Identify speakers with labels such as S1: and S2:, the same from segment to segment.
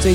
S1: 最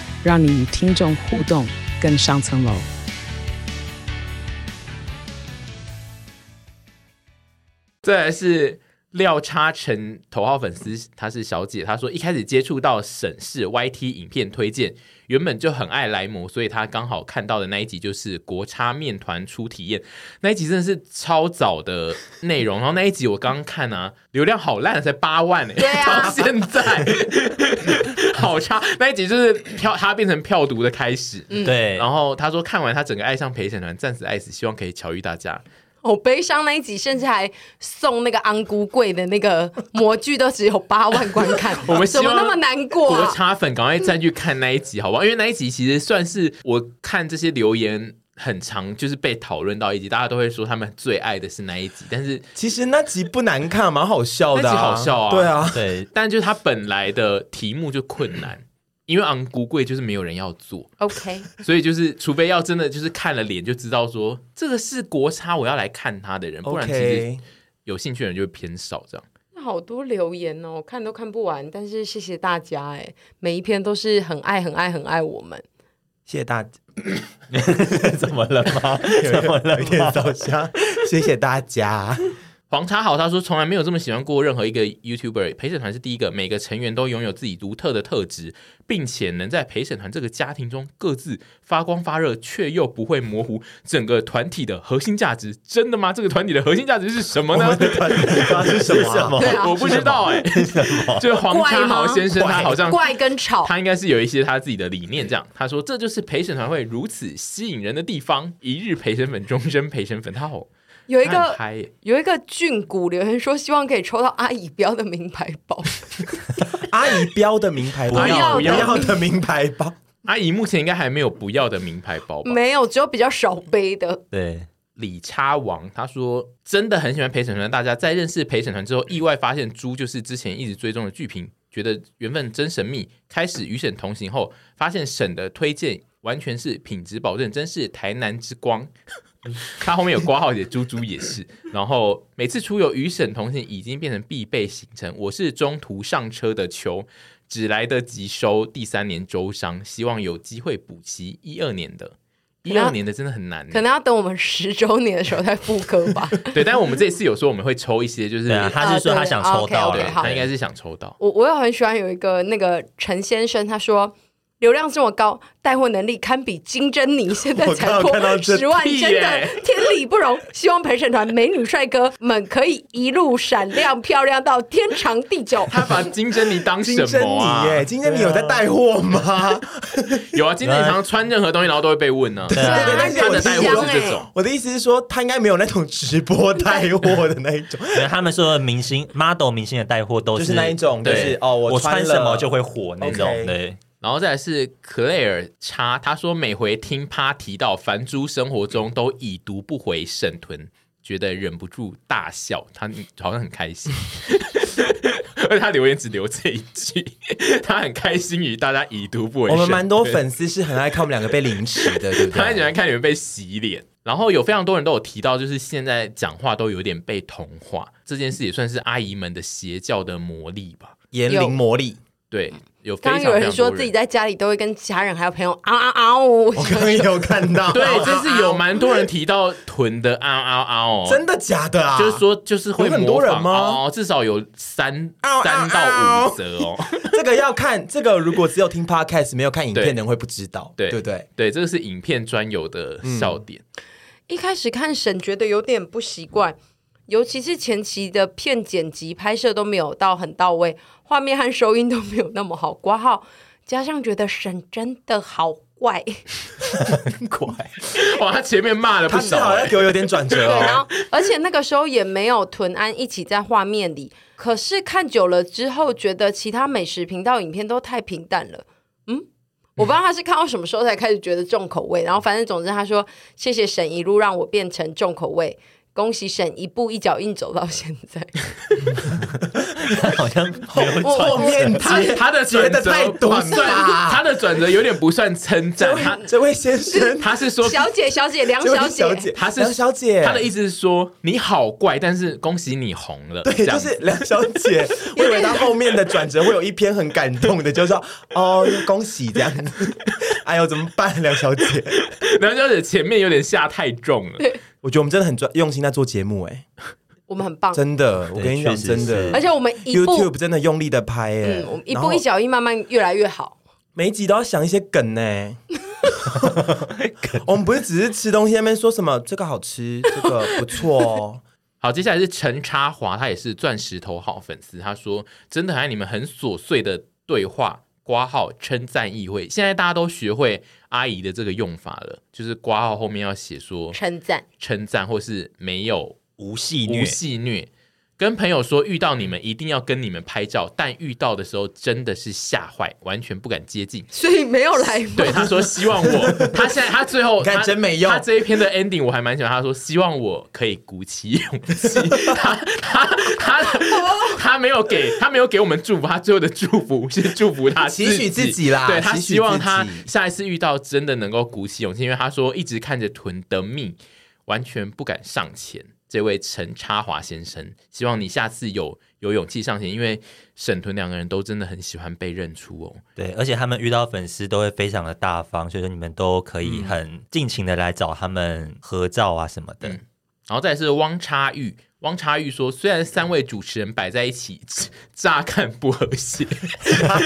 S1: 让你与听众互动更上层楼。
S2: 再来是廖叉成头号粉丝，她是小姐，她说一开始接触到沈氏 YT 影片推荐，原本就很爱莱姆，所以她刚好看到的那一集就是国差面团初体验，那一集真的是超早的内容，然后那一集我刚看啊，流量好烂，才八万哎、
S3: 对啊
S2: 到现在好差，那一集就是票，它变成票毒的开始。
S3: 嗯
S4: 对，
S2: 然后他说看完他整个爱上陪审团，暂时爱死，希望可以巧遇大家。
S3: 好悲伤那一集，甚至还送那个安菇贵的那个模具，都只有八万观看
S2: ，我们希
S3: 怎
S2: 望
S3: 么那么难过、
S2: 国
S3: 啊？
S2: 差粉赶快再去看那一集，好不好？因为那一集其实算是我看这些留言很长，就是被讨论到一集，大家都会说他们最爱的是那一集，但是
S4: 其实那集不难看，蛮好笑的、
S2: 那集好笑啊
S4: 哦对啊，
S5: 对，
S2: 但就是他本来的题目就困难，因为昂古贵就是没有人要做，
S3: OK，
S2: 所以就是除非要真的就是看了脸就知道说这个是国差，我要来看他的人，不然其实
S4: OK，
S2: 有兴趣的人就会偏少这样。
S3: 那好多留言哦，看都看不完，但是谢谢大家哎，每一篇都是很爱很爱很爱我们。
S4: 谢谢大家，
S5: 怎么了吗？怎么了
S4: 有一点
S5: 吗？
S4: 烧香，谢谢大家。
S2: 黄茶好，他说从来没有这么喜欢过任何一个 YouTuber。陪审团是第一个，每个成员都拥有自己独特的特质，并且能在陪审团这个家庭中各自发光发热，却又不会模糊整个团体的核心价值。真的吗？这个团体的核心价值是什么
S4: 我
S2: 呢
S4: 们？的团体方是什么
S5: 是什
S4: 啊？
S5: 么
S3: 对啊
S2: 我不知道哎、 就是黄茶豪先生，他好像
S3: 怪跟吵，
S2: 他应该是有一些他自己的理念，这样他说这就是陪审团会如此吸引人的地方，一日陪审粉，终身陪审粉，他好
S3: 有一
S2: 他很
S3: 个
S2: 嗨耶
S3: 有一个俊谷留言说，希望可以抽到阿姨标的名牌 包。
S4: 阿姨标的名牌包，
S2: 不
S3: 要
S4: 不要的名牌包，
S2: 阿姨啊目前应该还没有不要的名牌包吧？
S3: 没有，只有比较少背的。
S5: 对，
S2: 李叉王他说真的很喜欢陪审团，大家在认识陪审团之后，意外发现猪就是之前一直追踪的剧评，觉得缘分真神秘。开始与沈同行后，发现沈的推荐完全是品质保证，真是台南之光。他后面有挂号写猪猪也是，然后每次出游与沈同行已经变成必备行程。我是中途上车的球，只来得及收第三年周商，希望有机会补齐一二年的，一二年的真的很难呢，欸
S3: 可能要等我们十周年的时候再复刻吧。
S2: 对，但是我们这次有说我们会抽一些，就是
S5: 对啊，他是说他想抽 到
S3: 啊对
S2: 对
S3: 对
S5: 了，
S3: 好
S2: 他应该是想抽到。
S3: 我我有很喜欢有一个那个陈先生，他说流量这么高，带货能力堪比金珍妮，现在才
S4: 我刚好看到
S3: 破
S4: 这
S3: 十万，
S2: 屁
S3: 真的
S2: 耶
S3: 天理不容。希望陪审团美女帅哥们可以一路闪亮漂亮到天长地久。
S2: 他把金珍妮当
S4: 金
S2: 什
S4: 珍
S2: 么啊
S4: 妮？耶，金珍妮有在带货吗？
S2: 有啊，金珍妮常常穿任何东西，然后都会被问呢、
S5: 对啊
S3: 对啊
S2: 他的带货是这
S3: 很香
S2: 种
S3: 欸。
S4: 我的意思是说，他应该没有那种直播带货的那一种，
S5: 可能他们说的明星 model 明星的带货都
S4: 就是那一种，就
S5: 对
S4: 是哦，
S5: 我
S4: 穿
S5: 什么
S4: 了
S5: 就会火那种，
S4: OK
S5: 对，
S2: 然后再来是克莱尔叉，他说每回听趴提到凡珠生活中都已读不回沈屯，觉得忍不住大笑，他好像很开心。 而且他留言只留这一句，他很开心于大家已读不回
S4: 我
S2: 沈屯。
S4: 们蛮多粉丝是很爱看我们两个被凌迟的，对不
S2: 他很喜
S4: 对？
S2: 欢看你们被洗脸。然后有非常多人都有提到，就是现在讲话都有点被同化，这件事也算是阿姨们的邪教的魔力吧。
S4: 言灵魔力，
S2: 对，有非
S3: 刚
S2: 常
S3: 刚有
S2: 非
S3: 人
S2: 常
S3: 说
S2: 多
S3: 自己
S2: 人。
S3: 在家里都会跟家人还有朋友啊嗷嗷嗷， 我
S4: 我刚刚也有看到，
S3: 啊
S2: 对，这是有蛮多人提到臀的啊啊啊哦，
S4: 真的假的啊？
S2: 就是说就是会
S4: 有很
S2: 模
S4: 多人
S2: 仿
S4: 吗啊
S2: 哦，至少有三
S4: 嗷
S2: 三
S4: 嗷
S2: 到五折 哦。
S4: 这个要看，这个如果只有听 podcast 没有看影片的人会不知道，
S2: 对
S4: 对不对？嗯
S2: 对，这个是影片专有的笑点。
S3: 一开始看沈觉得有点不习惯，尤其是前期的片剪辑拍摄都没有到很到位，画面和收音都没有那么好挂号，加上觉得沈真的好怪，
S4: 怪，
S2: 哇，他前面骂了不
S4: 他至
S2: 少
S4: 好
S2: 欸、
S4: 要给我有点转折
S3: 对，然
S4: 哦。
S3: 后而且那个时候也没有屯安一起在画面里，可是看久了之后，觉得其他美食频道影片都太平淡了。嗯，我不知道他是看到什么时候才开始觉得重口味，然后反正总之他说谢谢神一路让我变成重口味，恭喜神一步一脚印走到现在。
S5: 好像没有
S3: 我
S5: 传
S3: 我
S4: 面
S2: 欸他
S4: 接
S2: 他的
S4: 觉
S2: 转
S4: 得
S2: 折
S4: 太多
S2: 不算，
S4: 啦
S2: 他的转折有点不算称赞，他
S4: 这位先生，
S2: 他是说
S3: 小姐，小姐，梁
S4: 这位
S3: 小
S4: 小
S3: 姐，
S2: 他是
S4: 梁小姐，
S2: 他的意思是说你好怪，但是恭喜你红了，
S4: 对，
S2: 这样
S4: 就
S2: 子
S4: 是梁小 姐，我以为她后面的转折会有一篇很感动的，就是说哦，恭喜这样子。 哎呦，怎么办，梁小姐？
S2: 梁小姐前面有点下太重了，
S4: 我觉得我们真的很专用心在做节目、哎，
S3: 我们很棒，
S4: 真的，我跟你讲，
S5: 哦确实
S4: 真的
S5: 是
S3: 而且我们哎一步
S4: YouTube 真的用力的拍、哎、
S3: 嗯，我们一
S4: 然后
S3: 步一脚印慢慢越来越好。
S4: 每一集都要想一些梗呢、 我们不是只是吃东西在那边说什么这个好吃，这个不 错哦。
S2: 好，接下来是陈插华，他也是钻石头号粉丝，他说真的很爱你们很琐碎的对话。挂号称赞议会，现在大家都学会阿姨的这个用法了，就是挂号后面要写说
S3: 称赞，
S2: 称赞或是没有
S5: 无戏虐
S2: 无，戏虐。跟朋友说遇到你们一定要跟你们拍照，但遇到的时候真的是吓坏，完全不敢接近。
S3: 所以没有来 嘛
S2: 对，他说希望 我，他现在他最后
S4: 你看
S2: 他
S4: 真没用
S2: 他这一篇的 ending 我还蛮喜欢，他说希望我可以鼓起勇 气。他他他他没有给他没有给我们祝福，他最后的祝福是祝福他
S4: 期许自己啦
S2: 对他
S4: 期许
S2: 希望他
S4: 自己
S2: 下一次遇到真的能够鼓起勇气，因为他说一直看着臀的命，完全不敢上前。这位陈插华先生，希望你下次有有勇气上前，因为沈屯两个人都真的很喜欢被认出哦。
S5: 对，而且他们遇到粉丝都会非常的大方，所以说你们都可以很尽情的来找他们合照啊什么的。
S2: 嗯然后再来是汪叉玉，汪叉玉说，虽然三位主持人摆在一起， 乍看不和谐，
S5: 啊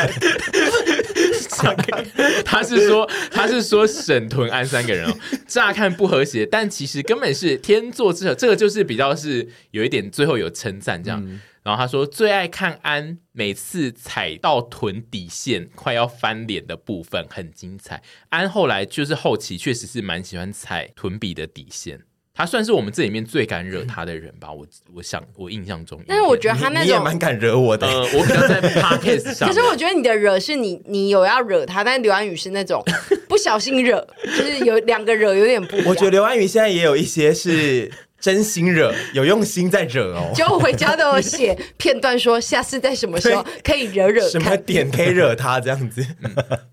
S2: 乍看他是说他是说沈屯安三个人哦，乍看不和谐，但其实根本是天作之合，这个就是比较是有一点最后有称赞这样。然后他说最爱看安每次踩到臀底线快要翻脸的部分很精彩，安后来就是后期确实是蛮喜欢踩臀比的底线。他算是我们这里面最敢惹他的人吧，我我想我印象中。
S3: 但是我觉得他
S4: 你
S3: 那
S4: 你也
S3: 种
S4: 蛮敢惹我的、哎
S2: 呃，我比较在 podcast 上
S3: 可
S2: 面，
S3: 是我觉得你的惹是你，你有要惹他，但刘安宇是那 种不小心惹，就是有两个惹有点不一样。
S4: 我觉得刘安宇现在也有一些是真心惹，有用心在惹哦。
S3: 就我回家都有写片段，说下次在什么 时候可以惹惹
S4: 什么
S3: 看。
S4: 点可以嗯惹他这样子？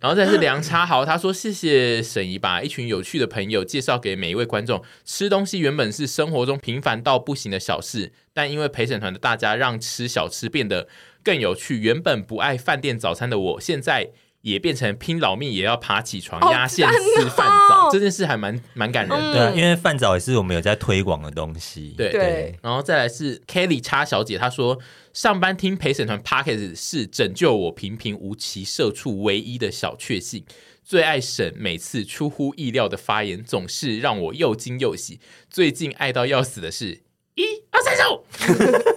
S2: 然后再是梁叉豪，他说谢谢沈怡把一群有趣的朋友介绍给每一位观众。吃东西原本是生活中平凡到不行的小事，但因为陪审团的大家，让吃小吃变得更有趣。原本不爱饭店早餐的我，现在。也变成拼老命也要爬起床
S3: 好
S2: 压线
S3: 赞
S2: 吃饭
S3: 哦
S2: 早，这件事还蛮蛮感人的。
S5: 对啊，因为饭早也是我们有在推广的东西。
S2: 对
S3: 对，
S2: 然后再来是 Kelly 叉小姐，她说上班听陪审团 Pocket 是拯救我平平无奇社畜唯一的小确幸。最爱沈每次出乎意料的发言，总是让我又惊又喜。最近爱到要死的是一二三四五。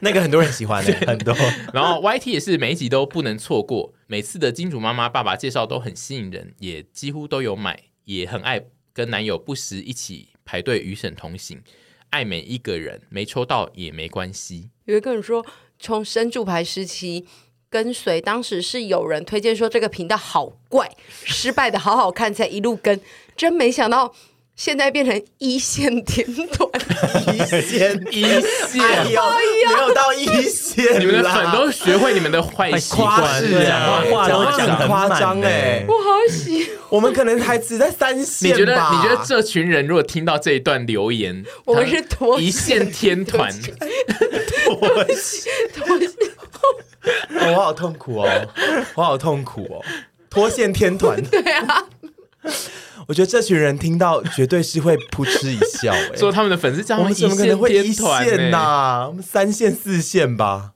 S4: 那个很多人喜 欢的、欸
S5: 很多
S2: 然后 YT 也是每一集都不能错过，每次的金主妈妈爸爸介绍都很吸引人，也几乎都有买，也很爱跟男友不时一起排队与沈同行，爱每一个人，没抽到也没关系。
S3: 有一个人说，从神主牌时期跟随，当时是有人推荐说这个频道好怪，失败的好好看，才一路跟，真没想到现在变成一线天团。
S4: 一线，
S2: 一
S4: 哎
S2: 线。
S4: 呦，没有到一线啦，
S2: 你们的粉都学会你们的坏习
S5: 坏
S2: 惯，
S5: 习惯
S2: 是
S5: 对啊
S2: 讲
S5: 话
S2: 话
S5: 都
S2: 讲
S5: 讲
S4: 很
S5: 很
S4: 夸
S5: 慢
S4: 张哎
S5: 欸。
S3: 我好喜欢，
S4: 我们可能还只在三
S2: 你
S4: 线吧。
S2: 觉得你觉得这群人如果听到这一段留言，
S3: 我们
S2: 他
S3: 是多
S2: 一线天团，
S4: 哦我好痛苦哦，我好痛苦哦，脱线 天团。对啊，我觉得这群人听到绝对是会扑哧一笑 哎、
S2: 说他们的粉丝叫他
S4: 我
S2: 们
S4: 们
S2: 一
S4: 怎么可能
S2: 线
S4: 会一
S2: 天团
S4: 线呐、
S2: 欸
S4: 我们三线、四线吧，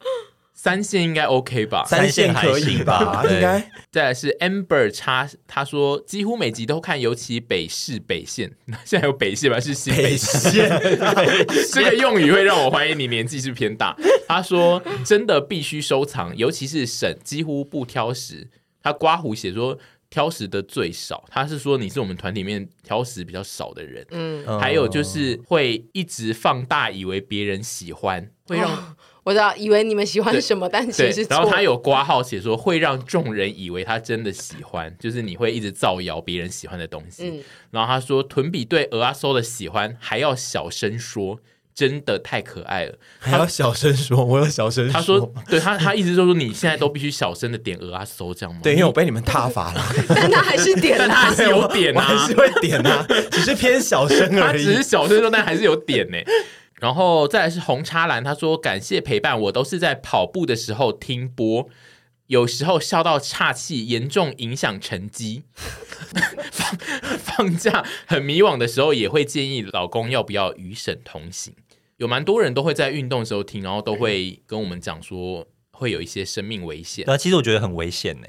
S2: 三线应该 OK 吧？
S5: 三线
S4: 可以吧？
S5: 还行吧
S4: 应该
S2: 再来是 Amber 叉，他说几乎每集都看，尤其北市北线， 现在有北线吧？是新北
S4: 北
S2: 市。
S4: 线。
S2: 这个用语会让我怀疑你年纪是偏大。他说真的必须收藏，尤其是沈几乎不挑食。他刮胡写说挑食的最少，他是说你是我们团里面挑食比较少的人。嗯，还有就是会一直放大，以为别人喜欢，会让、
S3: 哦我知道，以为你们喜欢什么，但其
S2: 对
S3: 实是，
S2: 然
S3: 错
S2: 后
S3: 的
S2: 他。有挂号写说会让众人以为他真的喜欢，就是你会一直造谣别人喜欢的东西。
S3: 嗯
S2: 然后他说屯比对俄阿搜的喜欢还要小声说，真的太可爱了。
S4: 还要小声说，我有小声
S2: 他说，对他他一直就说你现在都必须小声的点俄阿搜这样吗？
S4: 对，因为我被你们挞伐了，
S3: 但他还是点
S2: 但
S3: 了。
S2: 他还是有点
S4: 我
S2: 啊，
S4: 还是会点啊，只是偏小声
S2: 他
S4: 而
S2: 只是
S4: 已。
S2: 小声说，但还是有点呢、 然后再来是红叉蓝，他说感谢陪伴，我都是在跑步的时候听播，有时候笑到岔气，严重影响成绩。 放放 假很迷惘的时候，也会建议老公要不要与省同行。有蛮多人都会在运动的时候听，然后都会跟我们讲说会有一些生命危险
S5: 对。啊，其实我觉得很危险呢。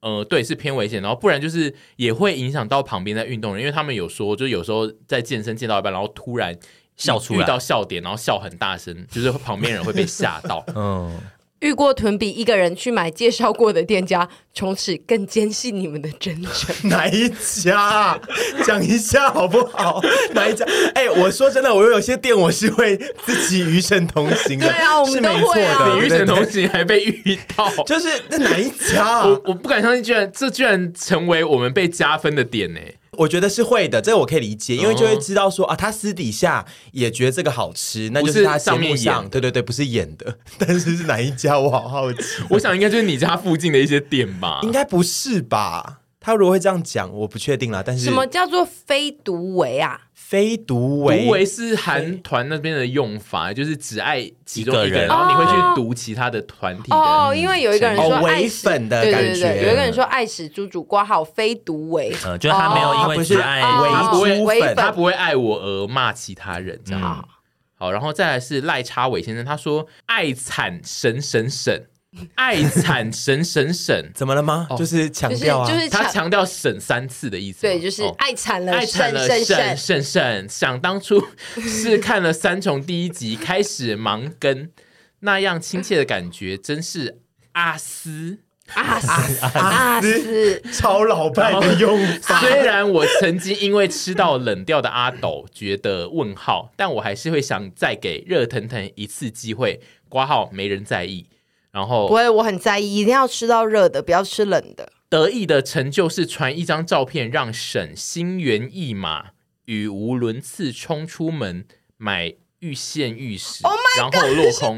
S2: 呃，对，是偏危险，然后不然就是也会影响到旁边在运动人，因为他们有说，就有时候在健身健到一半，然后突然
S5: 笑出来
S2: 遇到笑点，然后笑很大声，就是旁边人会被吓到。
S5: 嗯，
S3: 遇过屯比一个人去买介绍过的店家，从此更坚信你们的真诚。
S4: 哪一家？讲一下好不好？哪一家？哎、我说真的，我有些店我是会自己与神同行的，
S3: 对啊我们
S4: 是
S3: 都
S4: 没错
S3: 会啊
S4: 的。
S2: 你遇
S4: 对对
S2: 见
S4: 对
S2: 同行还被遇 到，
S4: 就是那哪一家、啊？
S2: 我我不敢相信，居然这居然成为我们被加分的点呢、
S4: 我觉得是会的，这个我可以理解，因为就会知道说啊，他私底下也觉得这个好吃，那就是他节目
S2: 不是上面演
S4: 上，
S2: 的
S4: 对对对，不是演的， 但是是哪一家我好好奇，
S2: 我想应该就是你家附近的一些店吧。
S4: 应该不是吧？他如果会这样讲，我不确定啦。但是
S3: 什么叫做非独为啊？
S4: 非独
S2: 独
S4: 为
S2: 为是韩团那边的用法，就是只爱其中
S5: 一个
S2: 一个人，
S5: 人
S2: 然后你会
S3: 哦
S2: 去读其他的团体的。
S3: 哦，因为有一个人说
S4: 哦
S3: 爱
S4: 唯
S3: 死
S4: 粉的
S3: 对
S4: 感
S3: 对对对，
S4: 觉
S3: 有一个人说爱死猪猪挂号非独为。
S5: 呃，就是他没有因
S4: 哦啊他不
S5: 为
S4: 是
S5: 只爱
S3: 唯
S2: 他不
S4: 哦
S2: 会
S4: 唯，粉，
S2: 他不会爱我而骂其他人这样。
S5: 嗯
S2: 好，然后再来是赖叉伟先生，他说爱惨神神 神，爱惨神神神
S4: 怎么了吗？
S2: 哦
S4: 就是强
S3: 就是
S4: 调啊，
S3: 就是
S2: 他
S3: 抢
S2: 强调省三次的意思吗。
S3: 对，就是
S2: 哦
S3: 爱惨了，
S2: 爱惨了
S3: 肾
S2: 省
S3: 肾
S2: 省省，想当初是看了三重第一集开始盲跟，那样亲切的感觉真是阿斯。
S3: 啊死啊死！
S4: 超老派的用 法。
S2: 虽然我曾经因为吃到冷掉的阿斗觉得问号，但我还是会想再给热腾腾一次机会。挂号没人在意，然
S3: 不
S2: 后
S3: 会，我很在意，一定要吃到热的，不要吃冷的。
S2: 得意的成就是传一张照片让沈心猿意马、语无伦次冲出门买欲现玉石
S3: Oh my
S2: 然后落空。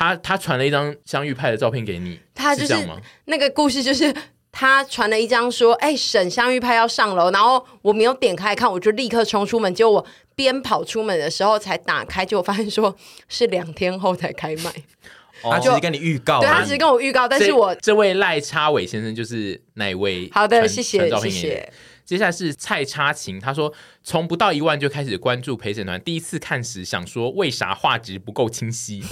S2: 他他传了一张香芋派的照片给你，
S3: 他就是是
S2: 这样吗？
S3: 那个故事就是他传了一张说，哎、沈香玉派要上楼，然后我没有点开看，我就立刻冲出门，结果我边跑出门的时候才打开，结果发现说是两天后才开卖，
S4: 他只是跟你预告
S3: 哦对他
S4: 啊
S3: 只，是跟我预告，但是
S2: 这
S3: 我
S2: 这位赖叉伟先生就是那一位
S3: 好的，
S2: 传
S3: 谢
S2: 传
S3: 谢
S2: 照
S3: 谢
S2: 片给你的
S3: 谢，
S2: 接下来是蔡差琴，他说从不到一万就开始关注陪审团，第一次看时想说为啥画质不够清晰，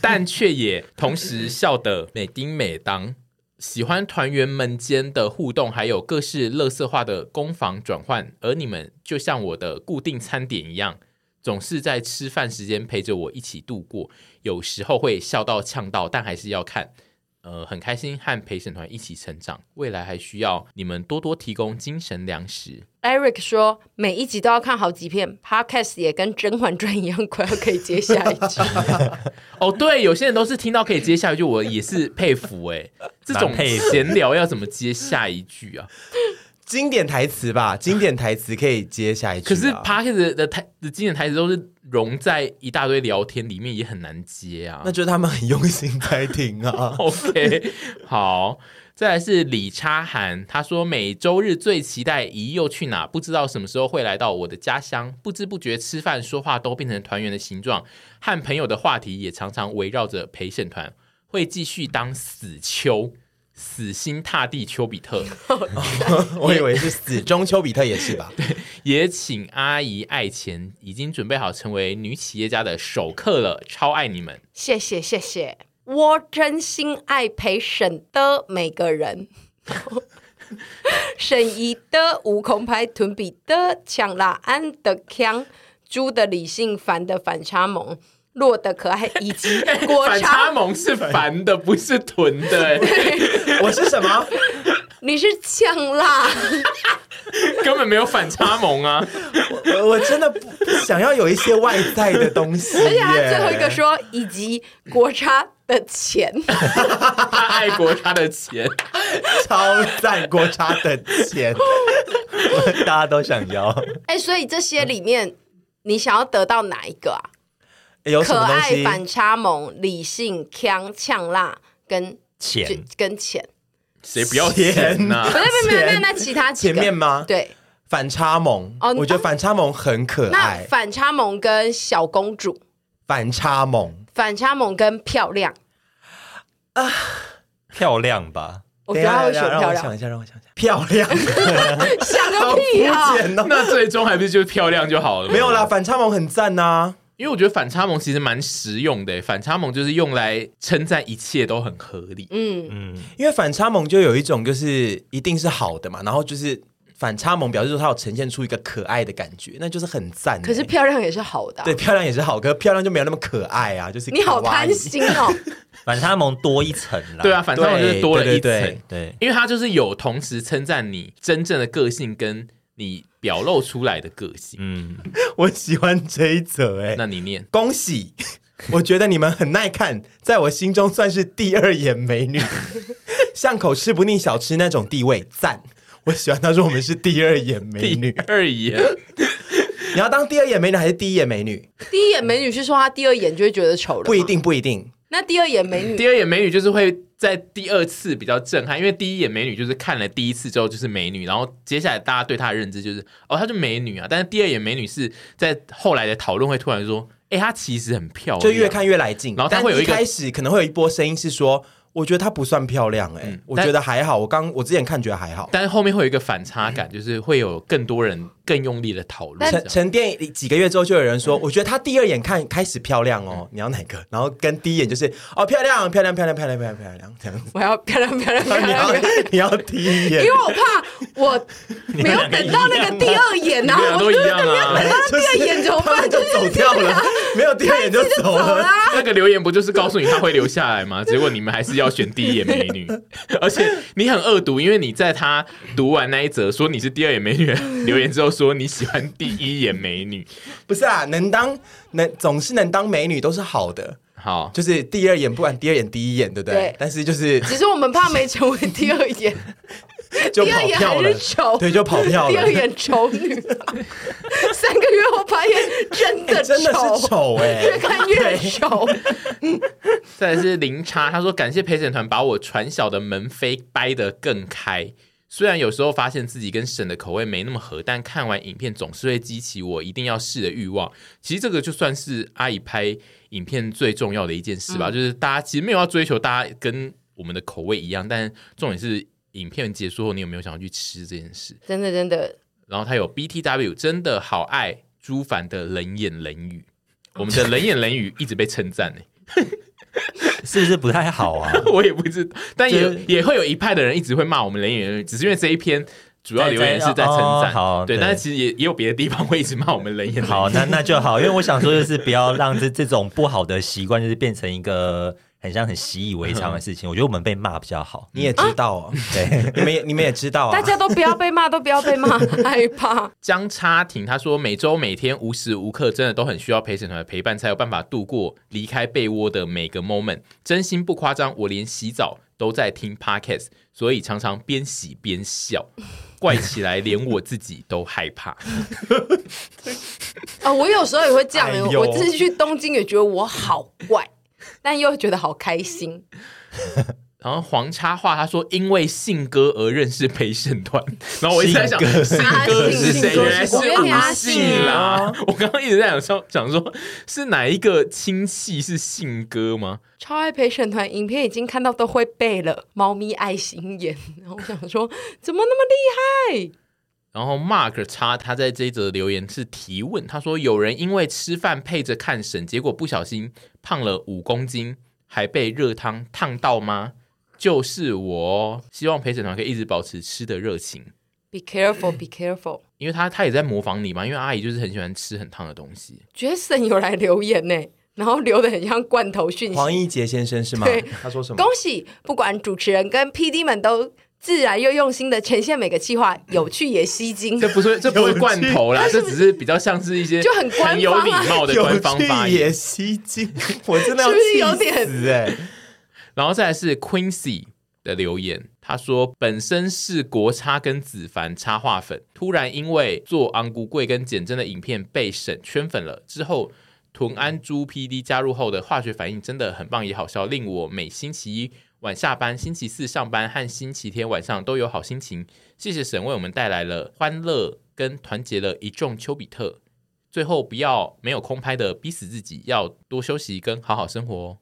S2: 但却也同时笑得美丁美当。喜欢团员们间的互动，还有各式乐色化的攻防转换，而你们就像我的固定餐点一样，总是在吃饭时间陪着我一起度过。有时候会笑到呛到，但还是要看。呃，很开心和陪审团一起成长，未来还需要你们多多提供精神粮食。
S3: Eric 说，每一集都要看好几遍，Podcast 也跟《甄嬛传》一样，快要可以接下一 集。
S2: 哦，对，有些人都是听到可以接下一句，我也是佩服哎、这种
S5: 蛮佩服
S2: 闲聊要怎么接下一句啊？
S4: 经典台词吧，经典台词可以接下一句啊。
S2: 可是 p a r k e t 的台的经典台词都是融在一大堆聊天里面，也很难接啊。
S4: 那。就是他们很用心在听啊
S2: OK，好，再来是李插涵，他说每周日最期待姨又去哪，不知道什么时候会来到我的家乡。不知不觉吃饭说话都变成团员的形状，和朋友的话题也常常围绕着陪审团，会继续当死囚。死心塌地，丘比特 哦
S4: 我以为是死忠丘比特也是吧？
S2: 也请阿姨爱钱，已经准备好成为女企业家的首客了，超爱你们！
S3: 谢谢谢谢，我真心爱陪沈的每个人。沈怡的无孔拍臀比的抢啦安的强，猪的理性，凡的反差萌，洛的可爱，以 及国
S2: 反差
S3: 差。
S2: 萌是烦的，不是囤的、欸。
S4: 我是什么？
S3: 你是呛啦，
S2: 根本没有反差萌啊！
S4: 我我真的不不想要有一些外在的东西。
S3: 而且他最后一个，说，以及国差的钱，
S2: 他爱国他的 钱，
S4: 超赞国差的 钱，
S5: 大家都想要。
S3: 哎、所以这些
S4: 嗯
S3: 里面你想要得到哪一个啊？
S4: 有什
S3: 可
S4: 么东
S3: 爱、
S4: 西？
S3: 反差萌、理性、强、呛辣跟就
S5: 钱
S3: 跟钱，
S2: 谁不要钱呐、
S3: 不对不对，不对
S4: 钱
S3: 那那其他几
S4: 前
S3: 个
S4: 面吗？，
S3: 对，
S4: 反差萌。
S3: 哦
S4: 我觉得反差萌很可
S3: 那
S4: 爱。
S3: 反差萌跟小公主，
S4: 反差萌，
S3: 反差萌跟漂亮，
S5: 漂亮吧？
S3: 我觉得他会选
S4: 等一下让
S3: 漂亮
S4: 我想，一下，让我想一下，漂亮，
S3: 想
S4: 好
S3: 个屁啊
S4: 肤！浅哦。
S2: 那最终还不是就是漂亮就好了？
S4: 没有啦，，反差萌很赞啊呐、
S2: 因为我觉得反差萌其实蛮实用的，欸反差萌就是用来称赞一切都很合理。
S3: 嗯，
S5: 嗯，
S4: 因为反差萌就有一种就是一定是好的嘛，然后就是反差萌表示说它有呈现出一个可爱的感觉，那就是很赞欸、
S3: 可是漂亮也是好的啊、
S4: 对漂亮也是好，可是漂亮就没有那么可爱啊，就是
S3: 你好
S4: 卡哇伊
S3: 贪，心哦，
S5: 反差萌多一层啦。
S2: 对啊，，反差萌就是多了一层，
S4: 对对对
S5: 对，
S2: 因为它就是有同时称赞你真正的个性跟你表露出来的个性。
S5: 嗯，
S4: 我喜欢这一则哎、
S2: 那你念
S4: 恭喜！ 我觉得你们很耐看，在我心中算是第二眼 美女，巷口吃不腻小吃那种地位，赞！我喜欢他说我们是第二眼 美女，
S2: 二眼，
S4: 你要当第二眼美女还是第一眼美女？
S3: 第一眼美女是说她第二眼就会觉得丑了，
S4: 不一。定，不一定。
S3: 那第二眼美女，
S2: 第二眼美女就是会在第二次比较震撼，因为第一眼美女就是看了第一次之后就是美女，然后接下来大家对她的认知就是哦，她就美女啊。但是第二眼美女是在后来的讨论会突然说，哎、她其实很漂亮，
S4: 就越看越来劲。
S2: 然后他
S4: 但
S2: 会有一
S4: 一
S2: 个
S4: 开始可能会有一波声音是说，我觉得她不算漂亮、欸，哎、
S2: 嗯
S4: 我
S2: 但
S4: 觉得还好。我刚我之前看觉得还好，
S2: 但是后面会有一个反差感，就是会有更多人更用力的讨论。这
S4: 沉
S2: 样
S4: 沉淀几个月之后，就有人说，我觉得她第二眼看开始漂亮
S2: 嗯
S4: 哦，你要哪个？然后跟第一眼就是哦漂亮漂亮漂亮漂亮漂亮漂亮这样子。
S3: 我要漂亮漂亮漂
S4: 然后
S3: 亮，漂
S4: 你
S3: 亮
S4: 要你要第一 眼
S3: 因为，我怕我没有等到那个第二眼啊
S2: 你们， 俩
S3: 我
S2: 都一
S3: 真的
S2: 样
S3: 没有
S2: 啊
S3: 等到
S4: 就是
S3: 第二眼怎么
S4: 他
S3: 办？
S4: 们就走掉了，没有第二眼就走
S3: 好
S4: 了。
S3: 啦，
S2: 那个留言不就是告诉你他会留下来吗？结果你们还是要选第一眼美女， 而且你很恶毒，因为你在他读完那一则说你是第二眼美女的 留言之后，说你喜欢第一眼美女。
S4: 不是啊，能当能总是能当美女都是好的，
S2: 好，
S4: 就是第二眼不管第二眼第一眼，对不对？
S3: 对
S4: 但是就是
S3: 只是我们怕没成为第二眼，
S4: 就
S3: 第二
S4: 跑
S3: 眼
S4: 票
S3: 还
S4: 了
S3: 是，丑，
S4: 对，就跑票了。
S3: 第二眼丑女，啊三个月后发现真
S4: 哎
S3: 的
S4: 真的是
S3: 丑，
S4: 丑 哎、
S3: 越看越丑。
S2: 再来是零差，他说感谢陪审团把我船小的门扉掰得更开。虽然有时候发现自己跟沈的口味没那么合，但看完影片总是会激起我一定要试的欲望。其实这个就算是阿姨拍影片最重要的一件事吧，就是大家其实没有要追求大家跟我们的口味一样，但重点是影片结束后你有没有想要去吃这件事。
S3: 真的真的，
S2: 然后他有 BTW，真的好爱朱凡的冷眼冷语，我们的冷眼冷语一直被称赞欸呢。
S5: 是不是不太好 啊？
S2: 我也不知道，但也
S5: 就是
S2: 也会有一派的人一直会骂我们冷言冷语，只是因为这一篇主要留言是在称
S5: 哦
S2: 赞，
S5: 好
S2: 对，
S5: 对
S2: 但是其实也也有别的地方会一直骂我们冷言冷语。
S5: 好，那那就好，因为我想说，就是不要让这这种不好的习惯，就是变成一个很像很习以为常的事情。我觉得我们被骂比较好。
S4: 你也知道哦，对，你们也你们也知道
S3: 大
S4: 啊。
S3: 家都不要被骂，都不要被 骂，害怕。
S2: 江差婷他说，每周每天无时无刻真的都很需要陪审团的陪伴，才有办法度过离开被窝的每个 moment。真心不夸张，我连洗澡都在听 podcast，所以常常边洗边笑，怪起来连我自己都害怕。
S3: 啊、我有时候也会这样、
S4: 哎呦
S3: 我自己去东京也觉得我好怪，但又觉得好开心。
S2: 然后黄插话，他说因为信鸽而认识陪审团， 然后我一直在想信鸽是谁，
S4: 信鸽
S2: 原来是
S4: 我
S3: 原来
S2: 吴
S3: 阿信
S2: 信啦。我刚刚一直在想说，想说是哪一个亲戚是信鸽吗？
S3: 超爱陪审团影片已经看到都会背了，猫咪爱心眼。然后我想说，怎么那么厉害？
S2: 然后 Mark 叉他在这一则留言是提问，他说有人因为吃饭配着看审，结果不小心胖了五公斤，还被热汤烫到吗？就是我哦，希望陪审团可以一直保持吃的热情。
S3: Be careful, be careful。
S2: 因为他他也在模仿你嘛，因为阿姨就是很喜欢吃很烫的东西。
S3: Jason 有来留言呢，然后留的很像罐头讯息。
S4: 黄义杰先生是吗
S3: 对？
S4: 他说什么？
S3: 恭喜，不管主持人跟 PD 们都自然又用心的呈现每个计划，有趣也吸睛
S2: 这。不是这不会罐头啦，这只是比较像是一些
S3: 就很官方啊
S2: 很有礼貌的官方发
S4: 有趣
S2: 言
S4: 也。吸睛，我真的要
S3: 是不是有
S4: 气
S3: 点
S4: 死哎、
S2: 然后再来是 Quincy 的留言，他说本身是国差跟子凡插画粉，突然因为做昂古贵跟简真的影片被审圈粉了，之后屯安猪 PD 加入后的化学反应真的很棒，也好笑，令我每星期一。晚下班、星期四上班和星期天晚上都有好心情。谢谢神为我们带来了欢乐跟团结了一众丘比特。最后不要没有空拍的逼死自己，要多休息跟好好生活哦。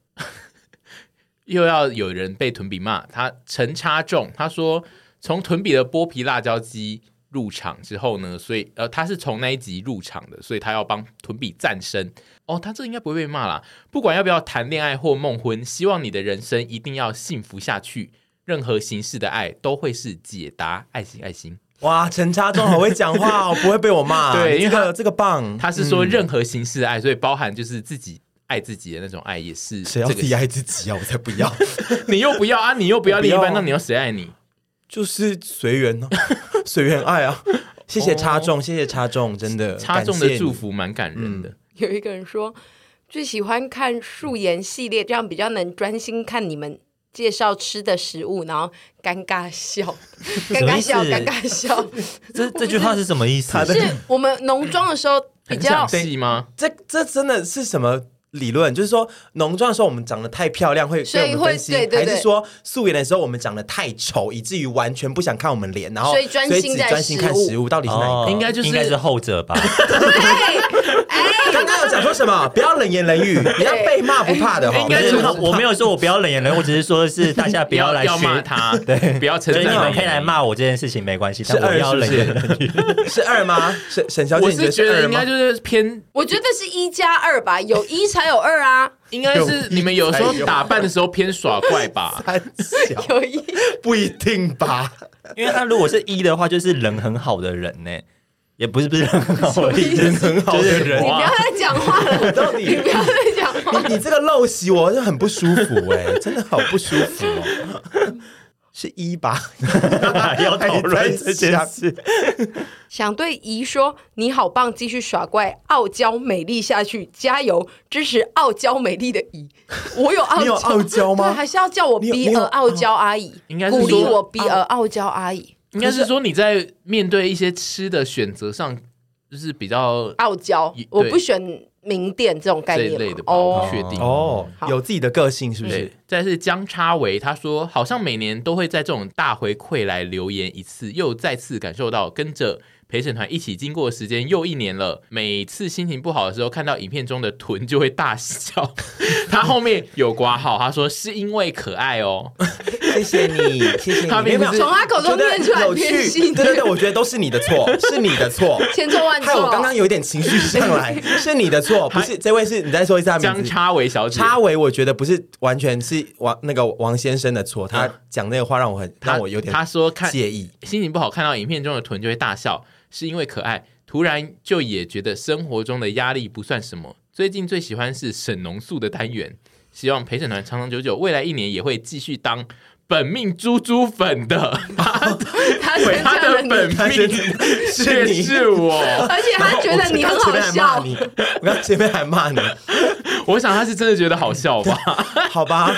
S2: 又要有人被屯比骂，他陈插中，他说从屯比的剥皮辣椒鸡入场之后呢，所以呃他是从那一集入场的，所以他要帮屯比战声。哦，他这应该不会被骂啦。不管要不要谈恋爱或梦婚，希望你的人生一定要幸福下去。任何形式的爱都会是解答，爱心爱心。
S4: 哇，陈插中好会讲话哦，不会被我骂。
S2: 对因为
S4: 这
S2: 他
S4: 个这个棒，嗯
S2: 他是说任何形式的爱，所以包含就是自己爱自己的那种爱，也是
S4: 谁
S2: 这
S4: 要自
S2: 个。
S4: 己爱自己啊？我才不要，
S2: 你又不要啊，你又不要
S4: 我不
S2: 另一
S4: 要啊
S2: 半，那你要谁爱你？
S4: 就是随缘哦，随缘爱啊。谢谢插中，谢谢插中，真的
S2: 插中的祝
S4: 感谢
S2: 福蛮感人的。
S3: 有一个人说最喜欢看素颜系列，这样比较能专心看你们介绍吃的食物，然后尴尬笑，尴尬笑，
S5: 什么
S3: 尴
S5: 意思
S3: 尬笑。
S5: 这这句话是什么意思？
S4: 他的
S3: 是我们浓妆的时候比
S2: 很
S3: 较
S2: 想戏吗？
S4: 你。这这真的是什么？理论就是说，浓妆的时候我们长得太漂亮会
S3: 所以
S4: 被我们分
S3: 会对
S4: 析，
S3: 对
S4: 还
S3: 对
S4: 是说素颜的时候我们长得太丑，以至于完全不想看我们脸，然后
S3: 所以专心
S4: 只
S3: 在
S4: 专心看
S3: 食物
S4: 食物，到底是哪一个？
S5: 哦
S2: 应该就是
S5: 应该是后者吧？
S3: 哎
S4: 刚刚有讲说什么？不要冷言冷语，你要被骂不怕的哈。
S2: 应该
S5: 就是是我没有说我不要冷言冷语，我只是说是大家不
S2: 要
S5: 来
S2: 要骂
S5: 学，
S2: 他，对，不要称
S5: 所以
S2: 赞
S5: 你
S2: 他
S5: 们可以来。骂我这件事情没关系，但我
S4: 二
S5: 不要
S4: 是不
S5: 冷
S4: 是
S5: 言冷语。
S4: 是二吗？沈沈小姐，
S2: 我
S4: 你
S2: 是
S4: 觉
S2: 觉
S4: 得
S2: 得
S4: 二
S2: 应
S4: 吗
S2: 该？就是偏，
S3: 我觉得是一加二吧，有一才有二啊，
S2: 应该是你们有时候打扮的时候偏耍怪 吧？
S4: 三小
S3: 有一。
S4: 不一定吧？
S5: 因为他如果是一的话，就是人很好的人呢、也不是不是人很好的
S4: 人
S5: 人，啊
S4: 很好的人
S3: 你不要再讲话了，
S4: 到
S3: 你
S4: 底
S3: 不要再讲话。
S4: 你你这个陋习，我是很不舒服哎、真的好不舒服哦。是一吧？
S5: 要讨论这件事。
S3: 想对姨说：“你好棒，继续耍怪，傲娇美丽下去，加油！支持傲娇美丽的姨。我有傲娇，
S4: 你有傲娇吗
S3: 对，还是要叫我
S4: 你有你
S3: 逼
S4: 有
S3: 而傲娇阿姨，
S2: 应该是
S3: 鼓励
S2: 说
S3: 我逼而傲娇阿姨，
S2: 应该是说你在面对一些吃的选择上，就是比较
S3: 傲娇
S2: 对。
S3: 我不选名店这种概
S2: 这一
S3: 念
S2: 类的
S3: 嘛
S2: 吧，我
S3: 哦
S2: 不，确定。
S4: 哦，有自己的个性是不
S2: 对
S4: 是？，
S2: 再是江插维，他说好像每年都会在这种大回馈来留言一次，又再次感受到跟着陪审团一起经过的时间又一年了。每次心情不好的时候，看到影片中的臀就会大 笑。他后面有挂号，他说是因为可爱哦，
S4: 谢谢你，谢谢你。
S2: 他并不是
S3: 从他口中念出来
S4: 有
S3: 偏
S4: 趣，
S3: 心，
S4: 对对对，我觉得都是你的错，是你的错。
S3: 千错万
S4: 害
S3: 错。哦
S4: 我刚刚有点情绪上来，是你的错，不是这位是你再说一下名
S2: 江
S4: 字。
S2: 插维小姐，
S4: 插尾，我觉得不是完全是王那个王先生的错，他讲那个话让我很让我有点
S2: 他说看
S4: 介意。
S2: 心情不好，看到影片中的臀就会大笑，是因为可爱。突然就也觉得生活中的压力不算什么。最近最喜欢是沈农素的单元，希望陪审团长长久久，未来一年也会继续当本命猪猪粉的。
S3: 他
S2: 对，
S3: 先
S2: 他
S3: 这
S2: 的本
S3: 样的你，
S2: 命却是我。
S3: 而且他觉得你很好笑
S4: 我。刚前面还骂你，我刚前面还
S2: 我想他是真的觉得好笑吧？
S4: 骂你，好吧？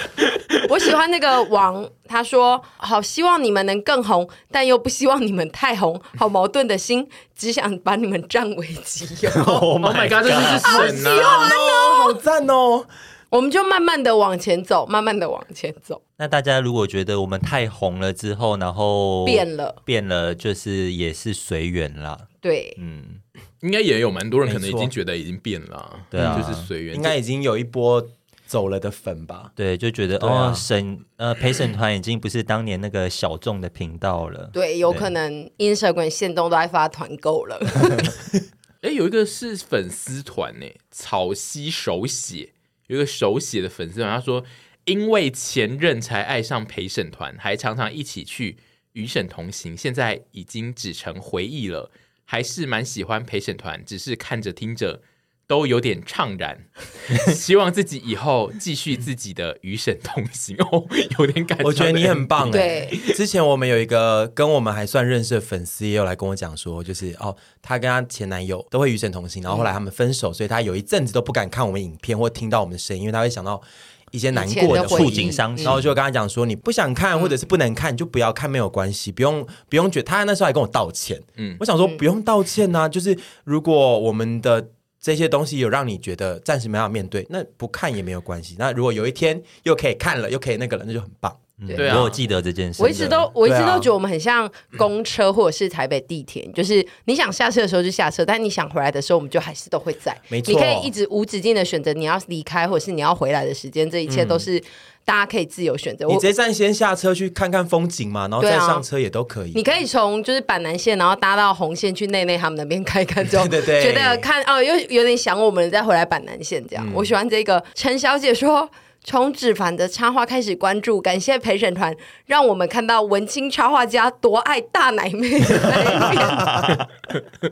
S3: 我喜欢那个王，他说：“好希望你们能更红，但又不希望你们太红，好矛盾的心，只想把你们占为己有。
S5: Oh
S2: Oh my god，这就是神啊！
S4: 赞哦，好赞哦！”
S3: 我们就慢慢的往前走，慢慢的往前走，
S5: 那大家如果觉得我们太红了之后，然后
S3: 变了，
S5: 变了，就是也是随缘啦。
S3: 对，
S5: 嗯，
S2: 应该也有蛮多人可能已
S4: 没
S2: 经
S4: 错
S2: 觉得已经变了啊，
S5: 对啊
S2: 就是随缘。
S4: 应该已经有一波走了的粉吧？
S5: 对，就觉得、
S4: 对啊
S5: 哦，审呃陪审团已经不是当年那个小众的频道了。
S3: 对，有可能 Instagram 线动都在发团购了，
S2: 哎，有一个是粉丝团呢，草溪手写，有一个手写的粉丝团，他说因为前任才爱上陪审团，还常常一起去与审同行，现在已经只成回忆了，还是蛮喜欢陪审团，只是看着听着。都有点怅然， 希望自己以后继续自己的与神同行哦，有点感。
S4: 我觉得你很棒、欸。
S3: 对，
S4: 之前我们有一个跟我们还算认识的粉丝，也有来跟我讲说，就是哦，她跟她前男友都会与神同行，然后后来他们分手，所以她有一阵子都不敢看我们影片或听到我们的声音，因为她会想到。一些难
S3: 以前
S4: 过
S3: 的
S4: 的
S3: 回
S4: 回
S5: 触
S3: 忆嗯
S5: 景伤情
S4: 然后，就跟他讲说，你不想看或者是不能看，你就不要看，没有关系，不用不用觉得。他那时候还跟我道歉，
S2: 嗯
S4: 嗯，我想说不用道歉呐、就是如果我们的这些东西有让你觉得暂时没办法面对，那不看也没有关系。那如果有一天又可以看了，又可以那个了，那就很棒。
S2: 对啊
S5: 嗯我有记得这件事。
S3: 我一直都我一直
S4: 对啊
S3: 都觉得我们很像 公车或者是台北地铁，就是你想下车的时候就下车，但你想回来的时候，我们就还是都会在。
S4: 没错
S3: 你可以一直无止境的选择你要离开或者是你要回来的时间，这一切都是大家可以自由选择。
S4: 嗯你
S3: 我
S4: 直接站先下车去看看风景嘛，然后
S3: 对
S4: 再
S3: 啊
S4: 上车也都可以。
S3: 你可以从就是板南线，然后搭到红线去内内他们那边看一看，之后
S4: 对对对
S3: 觉得看哦，又有点想我们，再回来板南线这
S4: 嗯
S3: 样。我喜欢这个陈小姐说。从芷凡的插画开始关注，感谢陪审团，让我们看到文青插画家多爱大奶妹的那一面。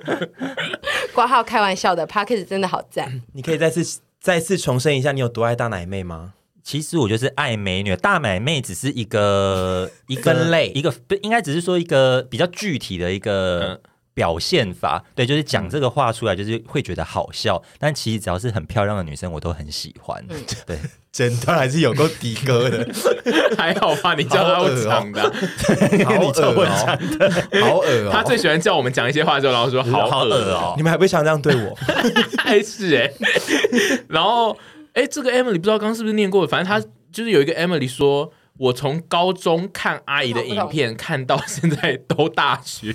S3: 挂号开玩笑的 p a c k a g e 真的好赞，
S4: 你可以再次再次重申一下，你有多爱大奶妹吗？
S5: 其实我就是爱美女，大奶妹只是 一个一个
S4: 分类
S5: 一个不应该只是说一个比较具体的一
S4: 嗯
S5: 个表现法。对，就是讲这个话出来，就是会觉得好笑。但其实只要是很漂亮的女生，我都很喜欢。
S3: 嗯
S5: 对，
S4: 诊断还是有够的哥 的，
S2: 还好吧？你叫他
S4: 好恶
S2: 我
S4: 哦
S2: 讲的啊，
S4: 好恶哦、 好恶哦、
S2: 他最喜欢叫我们讲一些话之后，然后说好恶
S5: 恶
S2: 哦，
S5: 哦
S4: 你。们还不会想这样对我？
S2: 哎是 哎，然后哎，这个 Emily 不知道刚刚是不是念过，反正她就是有一个 Emily 说。我从高中看阿姨的影片，看到现在都大 学，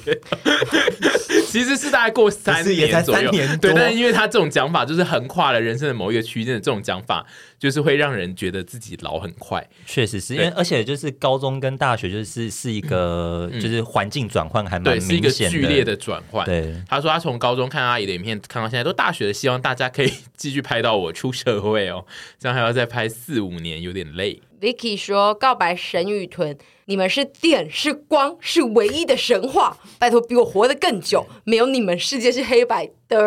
S2: 其实是大概过三
S4: 不是也才
S2: 年左右
S4: 三年。多
S2: 对，但是因为她这种讲法，就是横跨了人生的某一个区间的这种讲法，就是会让人觉得自己老很快。
S5: 确实是因
S2: 对
S5: 为，而且就是高中跟大学就是是一个就是环境转换还蛮
S2: 嗯对，
S5: 明
S2: 是一个
S5: 显
S2: 剧烈的转换。
S5: 对，
S2: 他说他从高中看阿姨的影片看到现在都大学了，希望大家可以继续拍到我出社会哦，这样还要再拍四五年，有点累。
S3: Vicky 说：“告白神与豚，你们是电，是光，是唯一的神话。拜托，比我活得更久，没有你们，世界是黑白的。”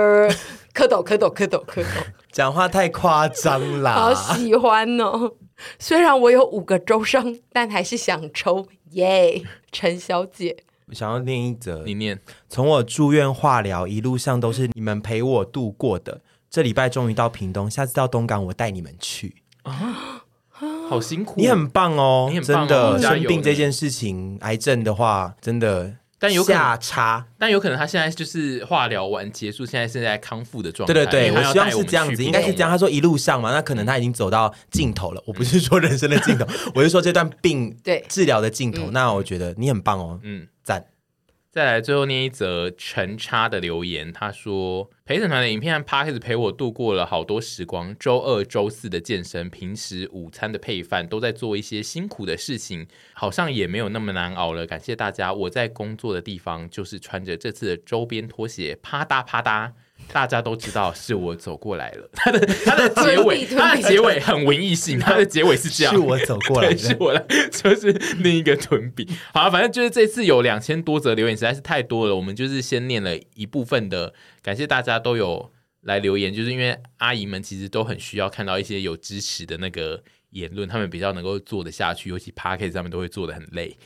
S3: 蝌蚪，蝌蚪，蝌蚪，蝌蚪，
S4: 讲话太夸张
S3: 好
S4: 啦！
S3: 喜欢哦！虽然我有五个周生，但还是想抽耶陈小姐，
S4: 想要念一则，
S2: 你念
S4: 从我住院化疗一路上都是你们陪我度过的。这礼拜终于到屏东，下次到东港我带你们去。
S2: 好辛苦，
S4: 你很棒哦，
S2: 你很棒哦
S4: 真的。
S2: 加油
S4: 生病这件事情，癌症的话，真的，
S2: 但有可能
S4: 下差。
S2: 但有可能他现在就是化疗完结束，现在是在康复的状态。
S4: 对对对，
S2: 他
S4: 我
S2: 要
S4: 希望
S2: 带我
S4: 是
S2: 们
S4: 这样
S2: 去
S4: 子，
S2: 不
S4: 应该
S2: 同
S4: 是这样。他说一路上嘛，那可能他已经走到尽头了。我不是说人生的尽头，我是说这段病
S3: 对
S4: 治疗的尽头。那我觉得你很棒哦，
S2: 嗯，
S4: 赞。
S2: 再来最后念一则陈差的留言，他说陪审团的影片 p a r k 陪我度过了好多时光。周二、周四的健身，平时午餐的配饭，都在做一些辛苦的事情，好像也没有那么难熬了。感谢大家，我在工作的地方就是穿着这次的周边拖鞋，啪嗒啪嗒。大家都知道是我走过来了，他的他的结尾，
S3: 蹲地蹲地
S2: 他的结尾很文艺性，他的结尾是这样，
S4: 是我走过来
S2: 对是
S4: 的，
S2: 我来，就是另一个屯比。 好，啊反正就是这次有两千多则留言，实在是太多了。我们就是先念了一部分的，感谢大家都有来留言，就是因为阿姨们其实都很需要看到一些有支持的那个言论，他们比较能够做得下去，尤其 p a r k e t 他们都会做得很累，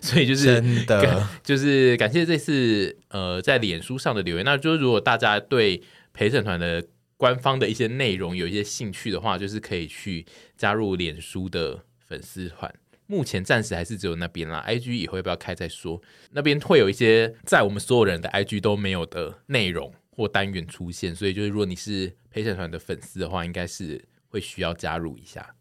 S2: 所以就是
S4: 真的
S2: 感。就是感谢这次呃在脸书上的留言。那就是如果大家对陪审团的官方的一些内容有一些兴趣的话，就是可以去加入脸书的粉丝团。目前暂时还是只有那边啦，IG 以后要不要开再说。那边会有一些在我们所有人的 IG 都没有的内容或单元出现，所以就是如果你是陪审团的粉丝的话，应该是会需要加入一下。